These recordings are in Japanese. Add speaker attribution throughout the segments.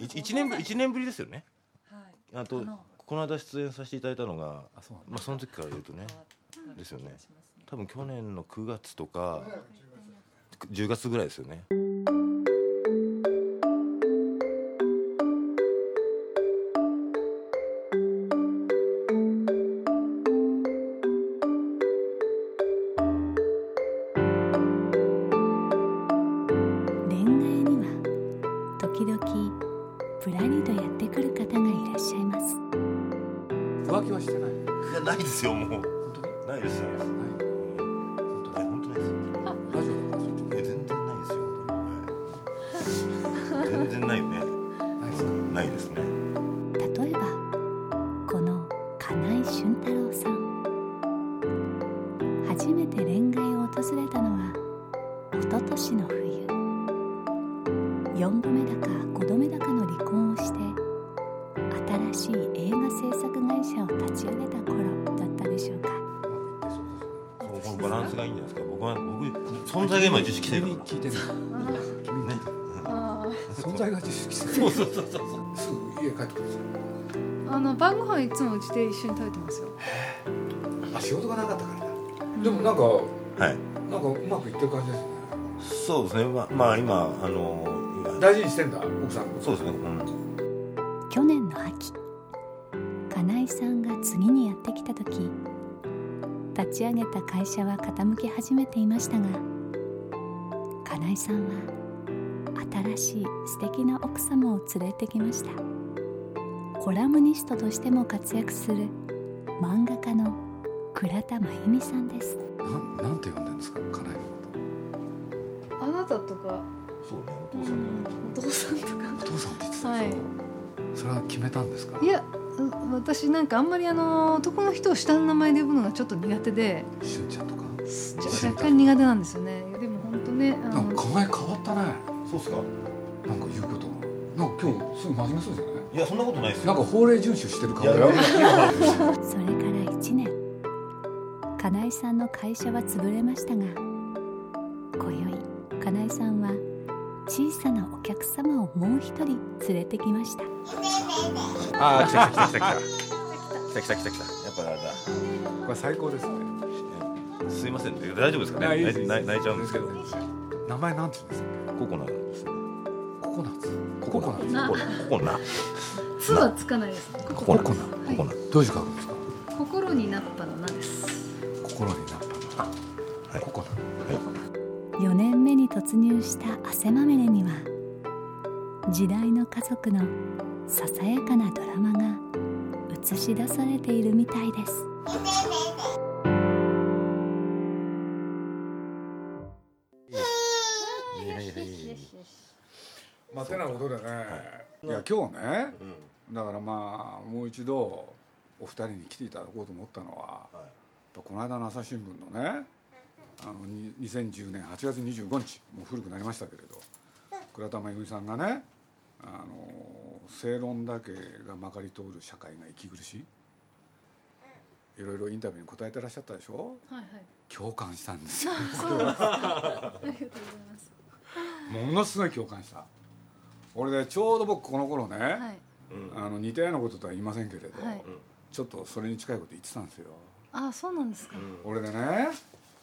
Speaker 1: い一年ぶり一年ぶりですよね。
Speaker 2: はい。
Speaker 1: あと
Speaker 2: かな
Speaker 1: この間出演させていただいたのが、
Speaker 3: あそうなんだ
Speaker 1: まあその時から言うとね、ですよね
Speaker 2: しますね
Speaker 1: 多分去年の9月とか10月ぐらいですよね。
Speaker 4: 恋愛には時々ぶらりとやってくる方がいらっしゃいます
Speaker 3: 浮気はしてない
Speaker 1: いやないですよもう。
Speaker 3: 本当に
Speaker 1: ないですないです。
Speaker 3: はい
Speaker 1: 本当ない本当ないですよ。
Speaker 3: ラジオとかそういう
Speaker 1: いや全然ないですよ。 はい全然ないよね。
Speaker 3: のないですか
Speaker 1: ないですね。
Speaker 4: 例えばこの金井俊太郎さん初めて恋愛を訪れたのは一昨年の冬4度目だか5度目だかの離婚をして新しい映画制作会社を立ち上げた頃だったでしょうか
Speaker 3: うまくいってそうですね
Speaker 1: このバランスがいいんじゃないですか。僕は僕存在が今自主規制だ
Speaker 3: 君に聞いてる君に聞いてる
Speaker 2: あ
Speaker 3: 存在が自主規制
Speaker 1: そうそうそうそう。
Speaker 3: すぐ家帰ってくるんですよ
Speaker 2: ーあの晩ご飯いつもうちで一緒に食べてますよ。
Speaker 3: あ仕事がなかったからだでもなんか
Speaker 1: はい。
Speaker 3: なんかうまくいってる感じですね
Speaker 1: そうですね。まあまあ今あの
Speaker 3: 大事にしてんだ奥さんの
Speaker 1: そううですね。うん
Speaker 4: 去年の秋金井さんが次にやってきた時立ち上げた会社は傾き始めていましたが金井さんは新しい素敵な奥様を連れてきましたコラムニストとしても活躍する漫画家の倉田真由美さんです
Speaker 3: なんなんて呼んでるんですか家内の
Speaker 2: あなたとか、
Speaker 1: そうね。お
Speaker 2: う
Speaker 1: 父さんが。
Speaker 2: んお
Speaker 3: こ
Speaker 2: 父さんとか。
Speaker 3: とお父さんって言ってた
Speaker 2: はい
Speaker 3: でしょそれは決めたんですか
Speaker 2: いや、う私なんかあんまりあの男の人を下の名前で呼ぶのがちょっと苦手で、
Speaker 3: しゅんちゃんとか
Speaker 2: す若若干苦手なんですよね。でも本当ね、あ
Speaker 3: なん
Speaker 2: の
Speaker 3: か考え変わったね
Speaker 1: そうっすか。
Speaker 3: なんか言うことがなんか今日すぐ真面目そうじゃない
Speaker 1: いやそんなことないです
Speaker 3: な
Speaker 1: よ。
Speaker 3: んか法令遵守してる
Speaker 1: い
Speaker 3: 顔
Speaker 1: や
Speaker 3: だよ
Speaker 1: いやいや
Speaker 4: それから1年金井さんの会社は潰れましたが今宵金井さんは小さなお客様をもう一人連れてきました
Speaker 5: ああ来た来た来た来た来た来た来た来た来た
Speaker 1: やっぱあれだ。
Speaker 5: これ最高ですね
Speaker 1: すいません大丈夫ですかね
Speaker 5: あいいです
Speaker 1: 泣い泣い泣いちゃうんですけど
Speaker 3: 名前なんて言うんですか
Speaker 1: ココナですね
Speaker 3: ココナッツ
Speaker 1: ココナ
Speaker 3: ココ
Speaker 2: ナ
Speaker 1: ココナ
Speaker 2: つはつかないです。
Speaker 1: ココナ
Speaker 3: コ
Speaker 1: コ
Speaker 3: コナ
Speaker 1: コナ
Speaker 3: どういう字書くんですか
Speaker 2: 心になったのなです。
Speaker 3: 心になったの
Speaker 1: はい
Speaker 3: ココナ
Speaker 4: 4年目に突入した汗まみれには時代の家族のささやかなドラマが映し出されているみたいです
Speaker 5: いやいやいやい
Speaker 3: まあ、てなことでね、い、や今日ね、だからまあもう一度お二人に来ていただこうと思ったのは、やっぱこの間の朝日新聞のねあのに2010年8月25日もう古くなりましたけれど倉田真由美さんがねあの正論だけがまかり通る社会が息苦しいいろいろインタビューに答えてらっしゃったでしょ
Speaker 2: はいはい。
Speaker 3: 共感したん ですよ
Speaker 2: そうなんです。ありがとうございます。
Speaker 3: ものすごい共感した俺でちょうど僕この頃ね、
Speaker 2: はい
Speaker 3: あの似たようなこととは言いませんけれど、
Speaker 2: はい。
Speaker 3: ちょっとそれに近いこと言ってたんですよ
Speaker 2: あ、そうなんですか。
Speaker 3: 俺でね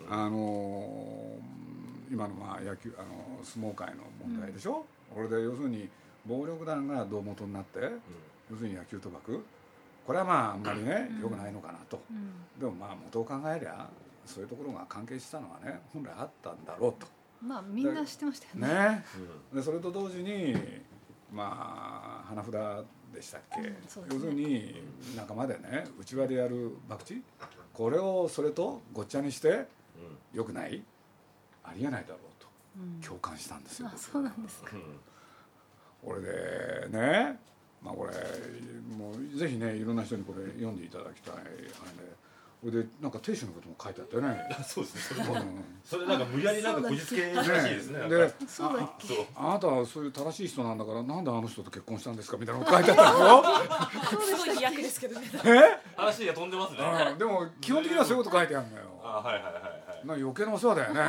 Speaker 3: あのー今のまあ野球あの相撲界の問題でしょ、俺で要するに暴力団が胴元になって、要するに野球賭博これはまああんまりね、
Speaker 2: うん
Speaker 3: 良くないのかなと
Speaker 2: うん。
Speaker 3: でもまあ元を考えりゃそういうところが関係したのはね本来あったんだろうと
Speaker 2: まあみんな知ってましたよね。
Speaker 3: ねでそれと同時にまあ花札でしたっけ、
Speaker 2: うんそうです
Speaker 3: 要
Speaker 2: ね
Speaker 3: するに仲間でねうちわでやる博打これをそれとごっちゃにしてよくないありえないだろうと
Speaker 2: うん
Speaker 3: 共感したんですよ
Speaker 2: あ、そうなんですか。
Speaker 3: 俺でねまあこれもうぜひねいろんな人にこれ読んでいただきたいあれでこれでなんか亭主のことも書いてあったよね
Speaker 5: そうですね。
Speaker 3: うん
Speaker 5: それなんか無理やりなんかこじつけ らしいですね。
Speaker 3: で
Speaker 2: そうだっけ。
Speaker 5: そう。
Speaker 3: あなたはそういう正しい人なんだからなんであの人と結婚したんですかみたいなの書いてあったん
Speaker 6: すごい飛躍ですけどね。
Speaker 3: ですよ
Speaker 5: 話が飛んでますね。
Speaker 3: え、うん、でも基本的にはそういうこと書いてあるのよ
Speaker 5: あはいはいはいはい。
Speaker 3: なんか余計なお世話だよね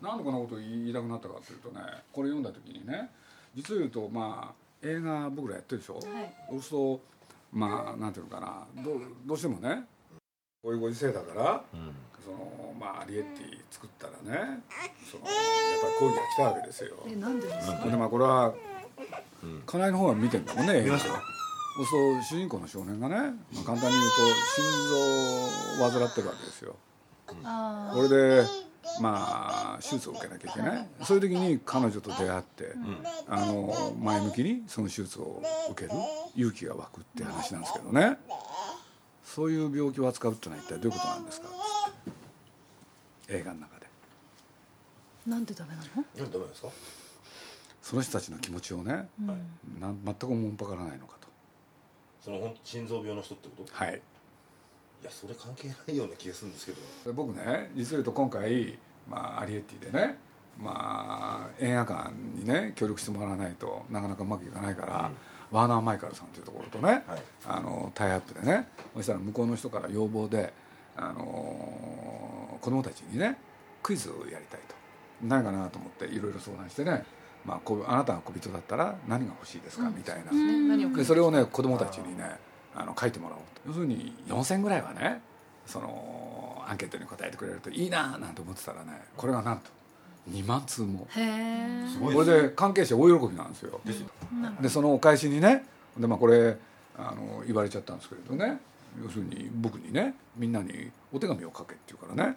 Speaker 3: なんでこんなこと言いたくなったかっていうとねこれ読んだ時にね実を言うとまあ映画僕らやってるでしょ、
Speaker 2: はい。
Speaker 3: そうするとまあなんていうのかなどうどうしてもねこういうご時世だからそのまあリエッティ作ったらねそのやっぱり抗議が来たわけですよ
Speaker 2: え、なんでですか。
Speaker 3: でまあこれは
Speaker 1: うん
Speaker 3: 金井の方は見てんだもんね映
Speaker 5: 見
Speaker 3: 画
Speaker 5: ま
Speaker 3: そ
Speaker 5: し
Speaker 3: う
Speaker 5: たよ
Speaker 3: すると主人公の少年がね、まあ簡単に言うと心臓を患ってるわけですよ
Speaker 2: あ
Speaker 3: これでまあ手術を受けなきゃいけないそういう時に彼女と出会って、あの前向きにその手術を受ける勇気が湧くって話なんですけどねそういう病気を扱うってのは一体どういうことなんですか映画の中で
Speaker 2: あ、なんでダメなの。
Speaker 5: なんでダメですか。
Speaker 3: その人たちの気持ちをね
Speaker 5: はい
Speaker 3: なん全くおもんぱからないのかと
Speaker 5: そのほん心臓病の人ってこと。い
Speaker 3: はい
Speaker 5: やそれ関係ないような気がするんですけど。
Speaker 3: で僕ね実を言うと今回、まあ、アリエッティでねまあ映画館にね協力してもらわないとなかなかうまくいかないから、ワーナー・マイカルさんというところとね、
Speaker 5: はい
Speaker 3: あのタイアップでねそしたら向こうの人から要望で、あの子供たちにねクイズをやりたいとないかなと思っていろいろ相談してね、まあ、こうあなたが小人だったら何が欲しいですか、みたいな。
Speaker 2: 何を
Speaker 3: でそれをね子供たちにねあの書いてもらおうと要するに4,000ぐらいはねそのアンケートに答えてくれるといいななんて思ってたらねこれがなんと2万通も
Speaker 2: へえ。
Speaker 5: す
Speaker 3: こ
Speaker 5: ごい
Speaker 3: れ
Speaker 5: ですね。
Speaker 3: で関係者大喜びなんですよでそのお返しにねで、まあ、これあの言われちゃったんですけれどね要するに僕にねみんなにお手紙を書けって言うからね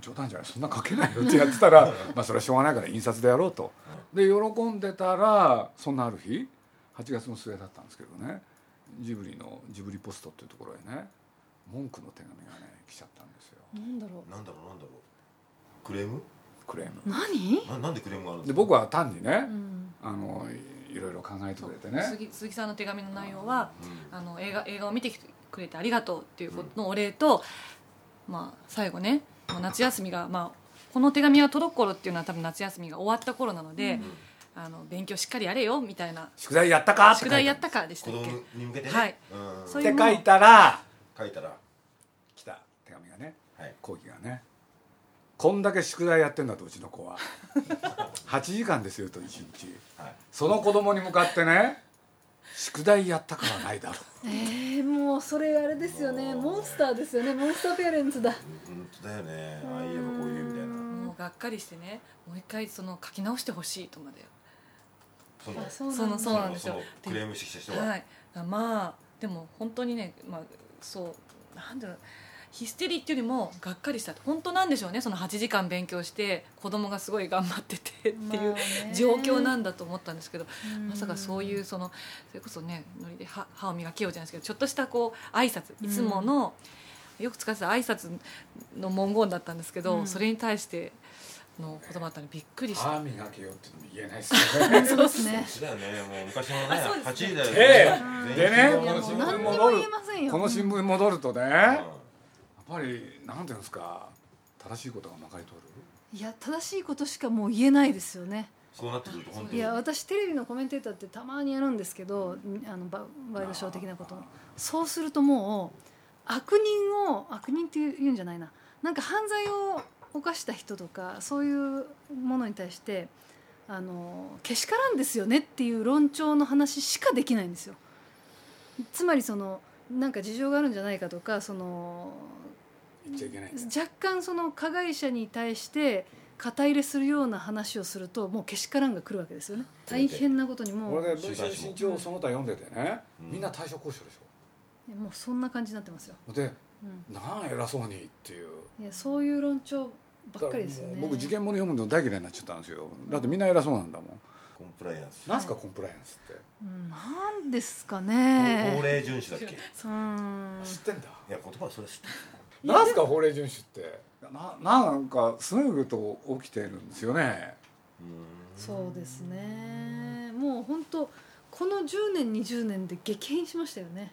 Speaker 3: 冗談じゃないそんな書けないよってやってた らまあそれはしょうがないから印刷でやろうとで喜んでたらそんなある日8月の末だったんですけどねジブリのジブリポストっていうところへね文句の手紙がね来ちゃったんですよ
Speaker 2: なんだろ
Speaker 5: なんだろうなんだろう。クレーム？
Speaker 3: クレーム
Speaker 2: う。何。
Speaker 5: ななんでクレームがあるんで
Speaker 3: です
Speaker 5: か。
Speaker 3: 僕は単にね
Speaker 2: うん。
Speaker 3: あのいいろいろ考えてくれてね
Speaker 6: 鈴木鈴木さんの手紙の内容は、
Speaker 5: うん
Speaker 6: あの映画映画を見てきてくれてありがとうっていうことのお礼と、まあ最後ね、まあ夏休みがまあこの手紙が届く頃っていうのは多分夏休みが終わった頃なので、あの勉強しっかりやれよみたいな
Speaker 3: 宿題やったかって書いてあ
Speaker 6: 宿題
Speaker 3: る
Speaker 6: やったかでした
Speaker 5: 子
Speaker 6: っ
Speaker 5: 供
Speaker 6: け？
Speaker 5: に向けてね。
Speaker 6: はい
Speaker 5: うん。
Speaker 6: そうい
Speaker 3: っ
Speaker 6: う
Speaker 3: て
Speaker 6: も
Speaker 3: 書
Speaker 6: の
Speaker 3: いたら
Speaker 5: 書いたら。
Speaker 3: 来た手紙がね
Speaker 5: はい。
Speaker 3: 講義がねこんだけ宿題やってんだとうちの子は 8時間ですよと1日
Speaker 5: はい。
Speaker 3: その子供に向かってね宿題やったかはないだろ
Speaker 2: ええ、もう、それあれですよね。モンスターですよね。モンスターペアレンツだ。
Speaker 5: 本当だよね。ああいえばこういうみたいな。
Speaker 6: もうがっかりしてね、もう一回その書き直してほしいとまで。
Speaker 5: その
Speaker 2: あ、そうなんだ
Speaker 6: そのそうなんですよ
Speaker 5: そのそのクレームしてきた人 が。
Speaker 6: はい、まあでも本当にね、まあ、そうなんだろうヒステリーっていうよりもがっかりしたと本当なんでしょうねその8時間勉強して子供がすごい頑張っててっていう
Speaker 2: まあね
Speaker 6: 状況なんだと思ったんですけど、
Speaker 2: うん
Speaker 6: まさかそういうそのそれこそねノリで歯歯を磨けようじゃないですけどちょっとしたこう挨拶いつもの、よく使ってた挨拶の文言だったんですけど、
Speaker 2: うん
Speaker 6: それに対しての言葉だったのでびっくりした。
Speaker 3: 歯磨けよってのも言えないですよ ね
Speaker 2: そうですね。
Speaker 5: だよね、もう昔のね
Speaker 6: あそう、ですね
Speaker 5: 八時だよ
Speaker 3: ええでね
Speaker 5: 全
Speaker 2: いや、
Speaker 5: 員
Speaker 2: も
Speaker 5: 集合
Speaker 2: う、何
Speaker 5: う
Speaker 2: に
Speaker 5: ん
Speaker 2: も言えませんよ。
Speaker 3: この新
Speaker 2: うん。
Speaker 3: 聞に戻るとね
Speaker 5: あ
Speaker 3: やっぱりなんていうんですか正しいことがまかり通る
Speaker 2: いや、正しいことしかもう言えないですよね。
Speaker 5: そうなってくると本当
Speaker 2: い
Speaker 5: に。
Speaker 2: や私テレビのコメンテーターってたまにやるんですけどあのバワイドショー的なこともそうするともう悪人を悪人って言うんじゃないななんか犯罪を犯した人とかそういうものに対してあのけしからんですよねっていう論調の話しかできないんですよ。つまりそのなんか事情があるんじゃないかとかその
Speaker 3: 言っちゃいけないんだ
Speaker 2: 若干その加害者に対して肩入れするような話をするともうけしからんが来るわけですよね大変なことにも
Speaker 3: こ
Speaker 2: う,、
Speaker 3: れね文春新潮その他読んでてねみんな対処交渉でし
Speaker 2: もうそんな感じになってますよ、
Speaker 3: ょで
Speaker 2: うん、
Speaker 3: なんや偉そうにっていう
Speaker 2: いやそういう論調ばっかりです
Speaker 3: だ
Speaker 2: よね
Speaker 3: らもう僕事件物読むの大嫌いになっちゃったんですよだってみんな偉そうなんだもん
Speaker 1: コンプライアンス
Speaker 3: なんすかコンプライアンスって
Speaker 2: うんなんですか
Speaker 1: 法
Speaker 2: ね
Speaker 1: 令遵守だっけい
Speaker 2: うん
Speaker 3: 知ってんだ
Speaker 1: や言葉はそれは知ってる
Speaker 3: なんすか法令遵守ってななんかすぐと起きてるんですよね
Speaker 2: そうですねもう本当この10年20年で激変しましたよね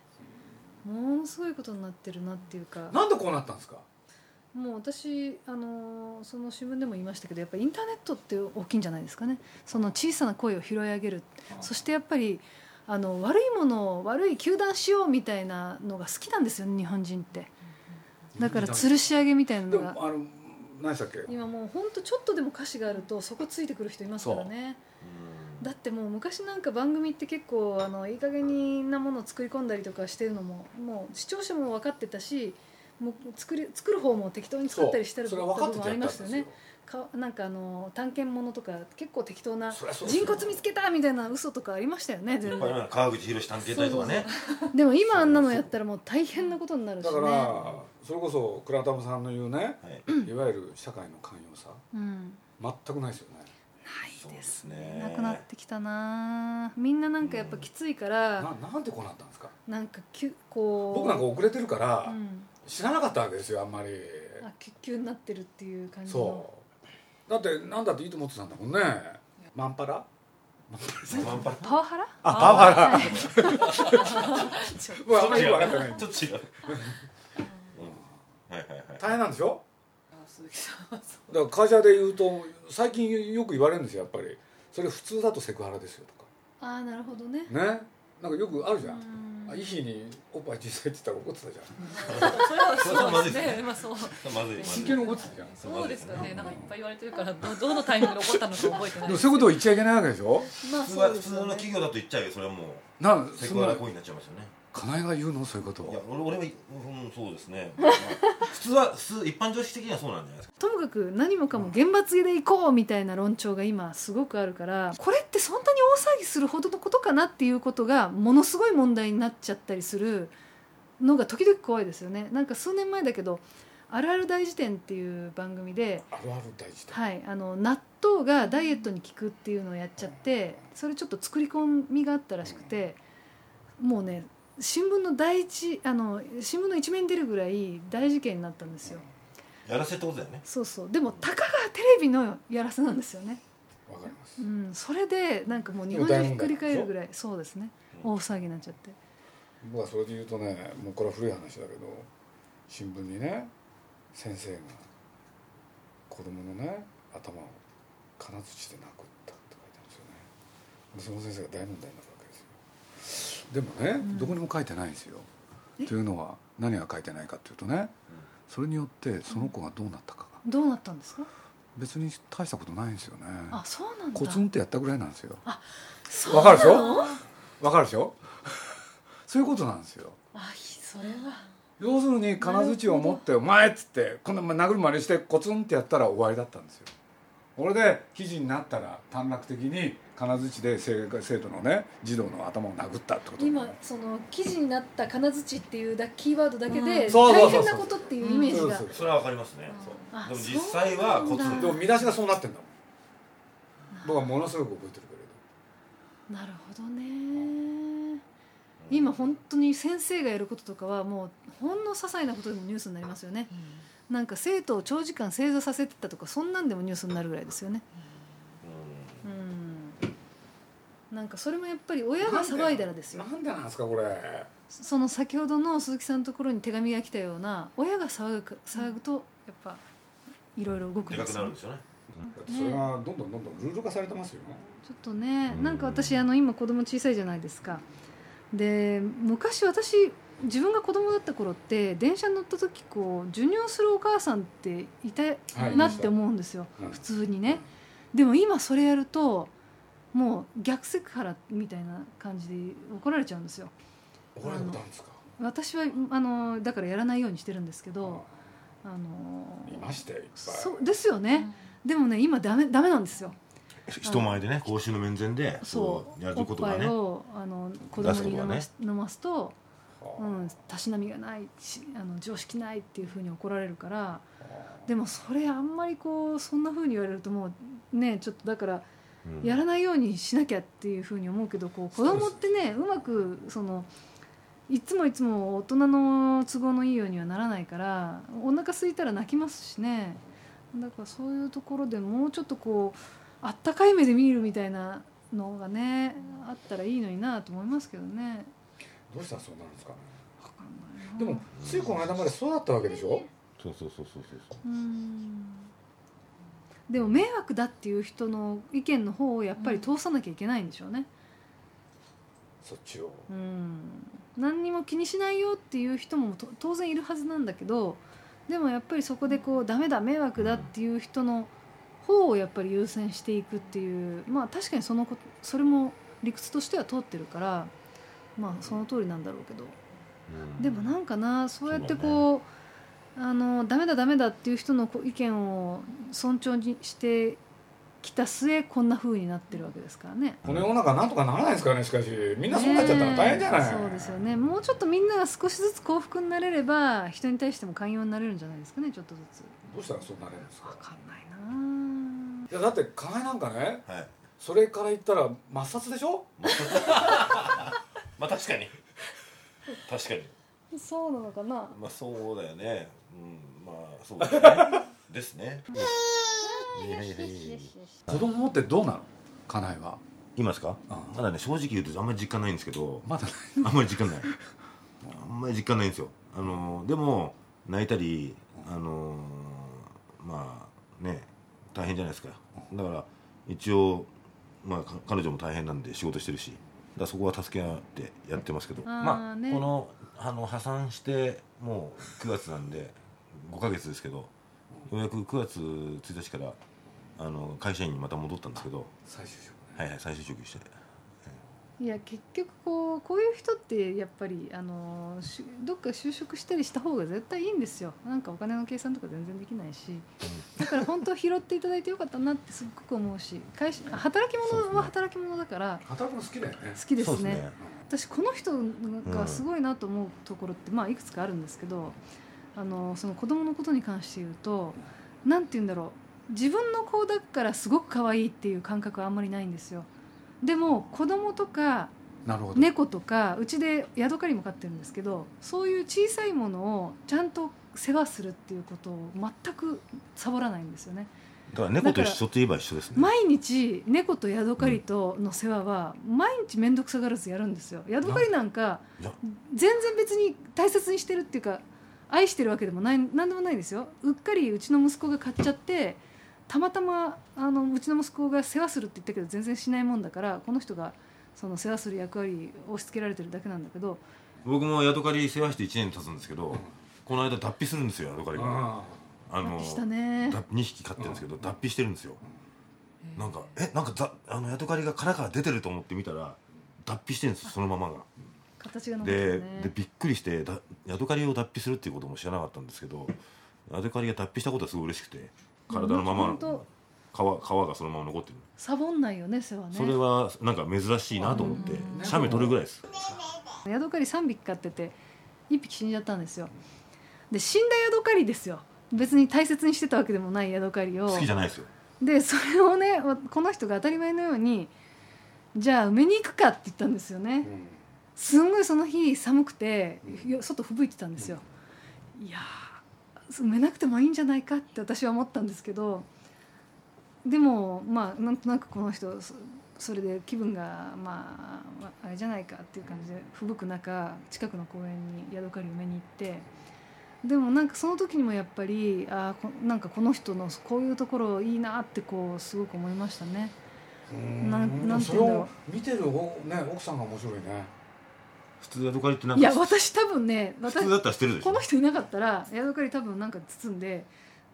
Speaker 2: ものすごいことになってるなっていうか
Speaker 3: なんでこうなったんですか
Speaker 2: もう私あのーその新聞でも言いましたけどやっぱりインターネットって大きいんじゃないですかねその小さな声を拾い上げるそしてやっぱりあの悪いものを悪い糾弾しようみたいなのが好きなんですよね日本人ってだから吊るし上げみたいな
Speaker 3: で
Speaker 2: の
Speaker 3: も
Speaker 2: が
Speaker 3: あの何でしたっけ
Speaker 2: 今もうほんとちょっとでも歌詞があるとそこついてくる人いますからねだってもう昔なんか番組って結構あのいい加減なものを作り込んだりとかしてるのももう視聴者も分かってたしもう作り作る方も適当に作ったりしてる
Speaker 3: そ
Speaker 2: 部
Speaker 3: れ
Speaker 2: 分
Speaker 3: は分かって
Speaker 2: も
Speaker 3: て
Speaker 2: あ
Speaker 3: や
Speaker 2: り
Speaker 3: った
Speaker 2: ま
Speaker 3: ん
Speaker 2: し
Speaker 3: です
Speaker 2: た
Speaker 3: よ
Speaker 2: よねかなんかあの探検ものとか結構適当な
Speaker 1: そりゃそうです
Speaker 2: 人
Speaker 1: よ
Speaker 2: 骨見つけたみたいな嘘とかありましたよね全
Speaker 1: これ
Speaker 2: 然
Speaker 1: は川口博探検隊とかね
Speaker 2: でも今あんなのやったらもう大変なことになるし
Speaker 3: だ
Speaker 2: ね
Speaker 3: からそれこそ倉玉さんの言うね
Speaker 1: はい
Speaker 3: いわゆる社会の寛容さ
Speaker 2: うん
Speaker 3: 全くないですよね
Speaker 2: ないです
Speaker 1: そ
Speaker 2: ね
Speaker 1: うですね
Speaker 2: なくなってきたなみんななんかやっぱきついから
Speaker 3: ななんでこうなったんですか
Speaker 2: なんかきゅこう
Speaker 3: 僕なんか遅れてるから
Speaker 2: うん
Speaker 3: 知らなかったわけですよあんまり
Speaker 2: あキュッキュになってるっていう感じの
Speaker 3: そうだってなんだっていいと思ってたんだもんねマンパラ
Speaker 1: ワンパ
Speaker 2: パワハラ
Speaker 1: あパワハラ違うちょっ
Speaker 3: もうあんまりよく分かってない
Speaker 1: と違ううんはいはいはい
Speaker 3: 大変なんでしょ
Speaker 6: あ鈴木さんはそう
Speaker 3: だから会社で言うと最近よく言われるんですよやっぱりそれ普通だとセクハラですよ
Speaker 2: ああなるほどね
Speaker 3: とかねなんかよくあるじ
Speaker 2: う
Speaker 3: ゃん
Speaker 2: ん
Speaker 3: あいい日におっぱい小さいって言ったら怒ってたじゃん
Speaker 6: それは
Speaker 1: それは
Speaker 6: そ
Speaker 1: ま
Speaker 6: う
Speaker 1: ず
Speaker 6: で
Speaker 1: い
Speaker 6: す
Speaker 1: ですね
Speaker 6: ねまあそう
Speaker 1: まずいまず
Speaker 3: 真
Speaker 1: い
Speaker 3: 剣に怒ってたじゃん
Speaker 6: そうですかねなんかいっぱい言われてるからどどのタイミングで怒ったのか覚えてない
Speaker 3: で
Speaker 6: で
Speaker 3: も
Speaker 6: す
Speaker 3: そういうことを言っちゃいけないわけでしょ
Speaker 2: まあ
Speaker 1: 普通
Speaker 2: そ
Speaker 1: は
Speaker 2: う
Speaker 1: 普
Speaker 2: です
Speaker 1: 通
Speaker 2: よ
Speaker 1: の
Speaker 2: ね
Speaker 1: 企業だと言っちゃうよそれはもう
Speaker 3: なん
Speaker 1: セ
Speaker 3: そ
Speaker 1: ク
Speaker 3: ん
Speaker 1: ハ
Speaker 3: な
Speaker 1: ラ行為になっちゃいますよね
Speaker 3: かなえが言うのそういうこと
Speaker 1: いや
Speaker 3: を
Speaker 1: 俺俺はうんそうです ねまあ普通は普通一般常識的にはそうなんじゃないですか
Speaker 2: ともかく何もかも厳罰で行こうみたいな論調が今すごくあるからこれってそんなに大騒ぎするほどのことかなっていうことがものすごい問題になっちゃったりするのが時々怖いですよねなんか数年前だけど「あるある大辞典」っていう番組で、
Speaker 3: あるある大事だ
Speaker 2: はい、あの納豆がダイエットに効くっていうのをやっちゃってそれちょっと作り込みがあったらしくてもうね新聞の第一あの新聞の一面に出るぐらい大事件になったんですよ。
Speaker 1: やらせってことだよね
Speaker 2: そうそうでもたかがテレビのやらせなんですよね、
Speaker 3: わかります
Speaker 2: うん、それでなんかもう日本中ひっくり返るぐらいそうですね
Speaker 1: うん
Speaker 2: 大騒ぎになっちゃって
Speaker 3: 僕はそれで言うとねもうこれは古い話だけど新聞にね先生が子供のね頭を金槌で殴ったって書いてあるんですよねその先生が大問題になるわけですよでもね、
Speaker 2: ん
Speaker 3: どこにも書いてないんですよ
Speaker 2: え
Speaker 3: というのは何が書いてないかというとねそれによってその子がどうなったかが
Speaker 2: どうなったんですか
Speaker 3: 別に大したことないんですよね
Speaker 2: あそうなんだ
Speaker 3: コツンってやったぐらいなんですよ
Speaker 2: そう
Speaker 3: わかるでし
Speaker 2: なの
Speaker 3: ょわかるでしょ そういうことなんですよ
Speaker 2: あそれは
Speaker 3: 要するに金槌を持って「お前!」っつってこんな殴る真似してコツンってやったら終わりだったんですよこれで記事になったら短絡的に金槌で生生徒のね児童の頭を殴ったってこと
Speaker 2: 今その記事になった金槌っていうだキーワードだけで
Speaker 6: うん
Speaker 3: そうそ
Speaker 2: 大
Speaker 3: うそうそう
Speaker 2: 変なことっていうイメージ
Speaker 3: そう
Speaker 2: が
Speaker 3: そう
Speaker 1: それはわかりますね
Speaker 2: あ
Speaker 1: でも実際は
Speaker 2: そ
Speaker 1: コ
Speaker 2: う
Speaker 1: ツ
Speaker 2: なん
Speaker 3: で
Speaker 2: だ
Speaker 3: も見出しがそうなってんだもん僕はものすごく覚えてるけれど
Speaker 2: なるほどね今本当に先生がやることとかはもうほんの些細なことでもニュースになりますよね、なんか生徒を長時間正座させてたとかそんなんでもニュースになるぐらいですよねうんなんかそれもやっぱり親が騒いだらですよ
Speaker 3: なんでなんですかこれ
Speaker 2: その先ほどの鈴木さんのところに手紙が来たような親が騒ぐか騒ぐとやっぱいろいろ動く
Speaker 1: でか
Speaker 2: んで
Speaker 1: く
Speaker 2: す
Speaker 1: な
Speaker 2: よ
Speaker 1: るん
Speaker 2: ね
Speaker 1: ですよね
Speaker 3: だってそれがどんどんどんどんルール化されてますよ
Speaker 2: ちょっとねなんか私あの今子供小さいじゃないですかで昔私自分が子供だった頃って電車に乗った時こう授乳するお母さんっていた
Speaker 3: はい
Speaker 2: なって思うんですよ、
Speaker 3: うん
Speaker 2: 普通にねでも今それやるともう逆セクハラみたいな感じで怒られちゃうんですよ
Speaker 3: 怒られたことあるんですか
Speaker 2: 私はあのだからやらないようにしてるんですけど、あ
Speaker 3: い
Speaker 2: の
Speaker 3: ましたよいっぱい
Speaker 2: そうですよね、でもね今ダメダメなんですよ
Speaker 1: 人前でね公衆の面前で
Speaker 2: そ
Speaker 1: こ
Speaker 2: う
Speaker 1: うやることが
Speaker 2: おっぱ
Speaker 1: ね
Speaker 2: いをあの子供に飲ま,、
Speaker 1: 出す
Speaker 2: 飲ますと、
Speaker 3: はあ
Speaker 2: うん、たしなみがないしあの常識ないっていうふうに怒られるからでもそれあんまりこうそんなふうに言われるともうねちょっとだから
Speaker 1: うん
Speaker 2: やらないようにしなきゃっていうふうに思うけどこう子供ってねうまくそのいつもいつも大人の都合のいいようにはならないからお腹空いたら泣きますしねだからそういうところでもうちょっとこうあったかい目で見るみたいなのがねあったらいいのになと思いますけどね。
Speaker 5: どうしたらそうなるんですかね
Speaker 2: わかんないな
Speaker 5: でもついこの間までそうだったわけでしょ
Speaker 1: そうそうそうそうそうそう
Speaker 2: うんでも迷惑だっていう人の意見の方をやっぱり通さなきゃいけないんでしょうね。
Speaker 5: そっちを
Speaker 2: うん何にも気にしないよっていう人もと当然いるはずなんだけどでもやっぱりそこでこうダメだ迷惑だっていう人の方をやっぱり優先していくっていうまあ確かにそのことそれも理屈としては通ってるからまあその通りなんだろうけど
Speaker 1: うん
Speaker 2: でもなんかなそうやってこうあのダメだダメだっていう人のこう意見を尊重にしてきた末こんな風になってるわけですからね。
Speaker 5: この世の中なんとかならないんですかねしかしみんなそうなっちゃったら大変じゃない、
Speaker 2: ねえそうですよねもうちょっとみんなが少しずつ幸福になれれば人に対しても寛容になれるんじゃないですかねちょっとずつ
Speaker 5: どうしたらそうなれるんですか
Speaker 2: わかんないない
Speaker 5: やだって金井なんかね
Speaker 7: はい
Speaker 5: それから言ったら抹殺でしょ
Speaker 7: まあ確 かに確かに
Speaker 2: ぁそうなのかな
Speaker 7: まあそうだよねうんまあそうですねです ね
Speaker 1: はいはいはい
Speaker 3: 子供ってどうなの家内は
Speaker 1: 今ですか
Speaker 3: うん
Speaker 1: ただね正直言うとあんまり実感ないんですけど
Speaker 3: まだね
Speaker 1: あんまり実感ないあんまり実感ないんですよあのでも泣いたりあのまあね大変じゃないですかだから一応まあか彼女も大変なんで仕事してるしだからそこは助け合ってやってますけど
Speaker 2: あー
Speaker 1: まあ
Speaker 2: ね
Speaker 1: このあの破産してもう9月なんで5ヶ月ですけどようやく9月1日からあの会社員にまた戻ったんですけど
Speaker 5: 最終職ね
Speaker 1: はいはい再就職して
Speaker 2: いや結局こうこういう人ってやっぱりあのしどっか就職したりした方が絶対いいんですよなんかお金の計算とか全然できないしだから本当拾っていただいてよかったなってすっごく思うし会社働き者は働き者だから
Speaker 5: 働くの好きだよね
Speaker 2: 好きです
Speaker 1: そう
Speaker 2: ね私この人が
Speaker 1: うん
Speaker 2: すごいなと思うところって、まあ、いくつかあるんですけどあのその子供のことに関して言うとなんて言うんだろう自分の子だからすごく可愛いっていう感覚はあんまりないんですよでも子供とか
Speaker 3: なるほど、
Speaker 2: 猫とかうちでヤドカリも飼ってるんですけどそういう小さいものをちゃんと世話するっていうことを全くサボらないんですよね
Speaker 1: だから猫と一緒といえば一緒ですね
Speaker 2: 毎日猫とヤドカリとの世話は毎日面倒くさがらずやるんですよヤドカリなんか
Speaker 1: いや
Speaker 2: 全然別に大切にしてるっていうか愛してるわけでもない何でもないですようっかりうちの息子が買っちゃってたまたまあのうちの息子が世話するって言ったけど全然しないもんだからこの人がその世話する役割を押し付けられてるだけなんだけど
Speaker 1: 僕もヤドカリ世話して1年経つんですけどこの間脱皮するんですよヤドカリが
Speaker 5: あ
Speaker 1: あ
Speaker 2: ラッ
Speaker 1: の
Speaker 2: キーしたね
Speaker 1: だ2匹飼ってるんですけど脱皮してるんですよなんかえなんかざあのヤドカリが殻から出てると思って見たら脱皮してるんですよそのままが
Speaker 2: 形が残って
Speaker 1: で
Speaker 2: るね
Speaker 1: でびっくりしてだヤドカリを脱皮するっていうことも知らなかったんですけどヤドカリが脱皮したことはすごい嬉しくて体のま
Speaker 2: ほ
Speaker 1: ま
Speaker 2: んと
Speaker 1: 皮皮がそのまま残ってる
Speaker 2: サボんないよね世話ね
Speaker 1: それはなんか珍しいなと思って
Speaker 2: うん
Speaker 1: 写メ撮るぐらいです
Speaker 2: ヤドカリ3匹飼ってて1匹死んじゃったんですよで死んだヤドカリですよ別に大切にしてたわけでもないヤドカリを
Speaker 1: 好きじゃないですよ
Speaker 2: でそれをねわこの人が当たり前のようにじゃあ埋めに行くかって言ったんですよね
Speaker 5: ーうん
Speaker 2: すんごいその日寒くてよ外吹雪いてたんですよいやー埋めなくてもいいんじゃないかって私は思ったんですけどでもまあなんとなくこの人そそれで気分がまあまああれじゃないかっていう感じで吹雪く中近くの公園にヤドカリ埋めに行ってでもなんかその時にもやっぱりあーこなんかこの人のこういうところいいなってこうすごく思いましたね。なんなんて
Speaker 5: そ
Speaker 2: 言
Speaker 5: れ
Speaker 2: うんだろう
Speaker 5: を見てるお、ね、奥さんが面白いね
Speaker 1: 普通ヤドカリってなん
Speaker 2: い
Speaker 1: か
Speaker 2: や私多分ね
Speaker 1: 普
Speaker 2: 私
Speaker 1: 通だったらしてるでし
Speaker 2: こ
Speaker 1: ょ
Speaker 2: の人いなかったらヤドカリ多分なんか包んで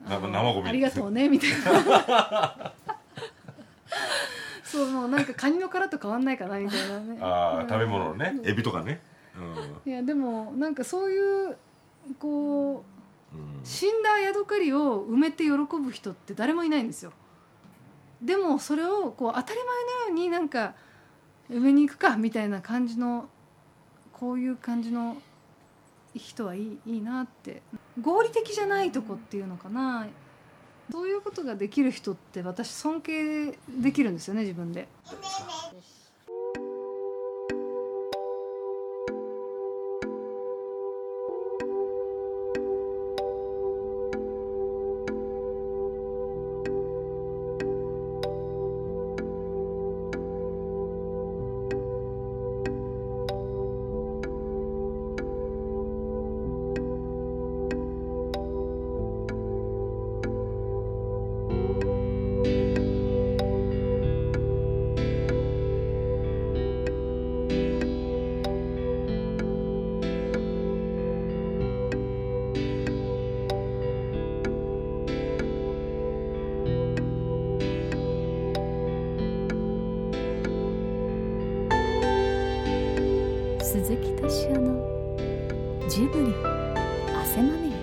Speaker 2: あ
Speaker 1: なんか
Speaker 2: の
Speaker 1: 生ゴミ
Speaker 2: ありがとうねみたいな そうもうなんかカニの殻と変わんないかなみたいなね
Speaker 1: ああ
Speaker 2: うん
Speaker 1: 食べ物のね
Speaker 2: うん
Speaker 1: エビとかねうん
Speaker 2: いやでもなんかそういうこ
Speaker 1: うん
Speaker 2: う死んだヤドカリを埋めて喜ぶ人って誰もいないんですよでもそれをこう当たり前のようになんか埋めに行くかみたいな感じのこういう感じの人はいいいいなって合理的じゃないとこっていうのかなそういうことができる人って私尊敬できるんですよね自分で。
Speaker 4: 鈴木敏夫のジブリ汗まみれ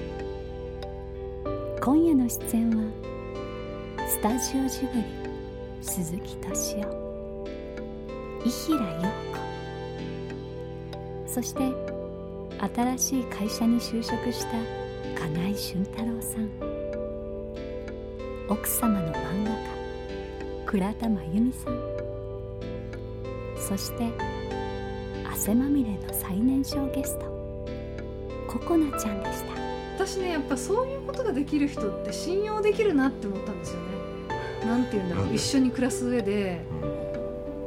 Speaker 4: 今夜の出演はスタジオジブリ鈴木敏夫伊平洋子そして新しい会社に就職した金井俊太郎さん奥様の漫画家倉田真由美さんそして汗まみれの最年少ゲストココナちゃんでした
Speaker 2: 私ねやっぱそういうことができる人って信用できるなって思ったんですよねなんていうんだろう一緒に暮らす上で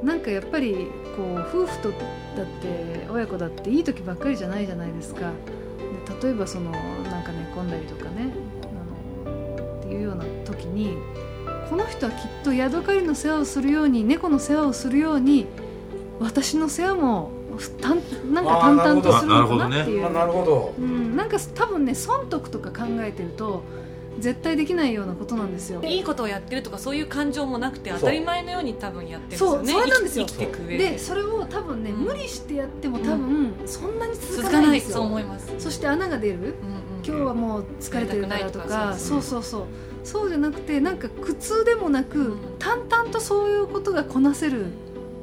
Speaker 2: なんかやっぱりこう夫婦とだって親子だっていい時ばっかりじゃないじゃないですかで例えばそのなんか寝込んだりとかねあのっていうような時にこの人はきっとヤドカリの世話をするように猫の世話をするように私の世話もたんなんか淡々とするのかなっていう
Speaker 3: あなるほど、
Speaker 2: ね、うん、なんか多分ね損得とか考えてると絶対できないようなことなんですよ
Speaker 6: いいことをやってるとかそういう感情もなくて当たり前のように多分やってるんです
Speaker 2: よ
Speaker 6: ね
Speaker 2: そうそれなんですよ
Speaker 6: 生きてく上
Speaker 2: でそれを多分ね、うん、無理してやっても多分、そんなに続かないんですよ
Speaker 6: そう思います
Speaker 2: そして穴が出る、うんうん、今日はもう疲れてるからとかそうそうそうそうじゃなくてなんか苦痛でもなく、うん、淡々とそういうことがこなせるっ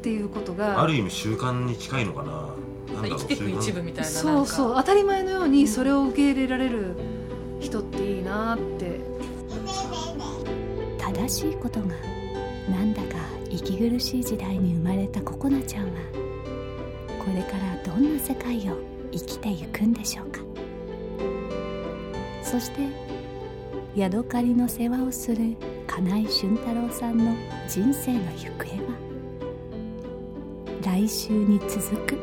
Speaker 2: ていうことが
Speaker 1: ある意味習慣に近いのかな
Speaker 6: 生きていく一部みたいな
Speaker 2: そうそう当たり前のようにそれを受け入れられる人っていいなって
Speaker 4: 正しいことがなんだか息苦しい時代に生まれたココナちゃんはこれからどんな世界を生きていくんでしょうかそしてヤドカリの世話をする金井俊太郎さんの人生の行方は来週に続く。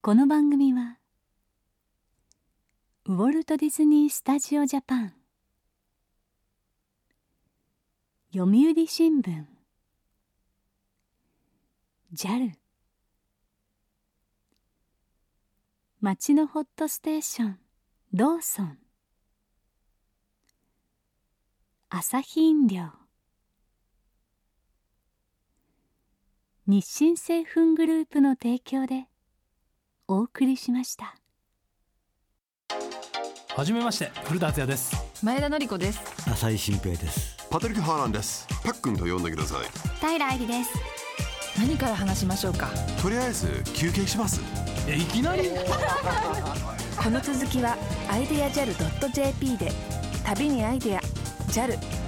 Speaker 4: この番組はウォルト・ディズニー・スタジオ・ジャパン読売新聞 JAL 町のホットステーションローソン朝日飲料日清製粉グループの提供で「お送りしました
Speaker 8: はじめまして古田敦也です
Speaker 9: 前田紀子です
Speaker 10: 浅井新平です
Speaker 11: パトリック・ハーランですパックンと呼んでください
Speaker 12: 平愛理です
Speaker 9: 何から話しましょうか
Speaker 11: とりあえず休憩します
Speaker 8: えいきなり
Speaker 9: この続きはアイデア JAL.jp で旅にアイデア JAL